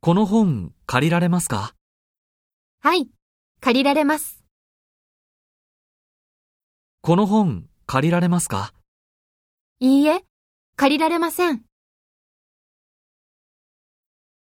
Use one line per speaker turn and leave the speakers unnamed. この本借りられますか
はい、借りられます。
この本借りられますか
いいえ、借りられません。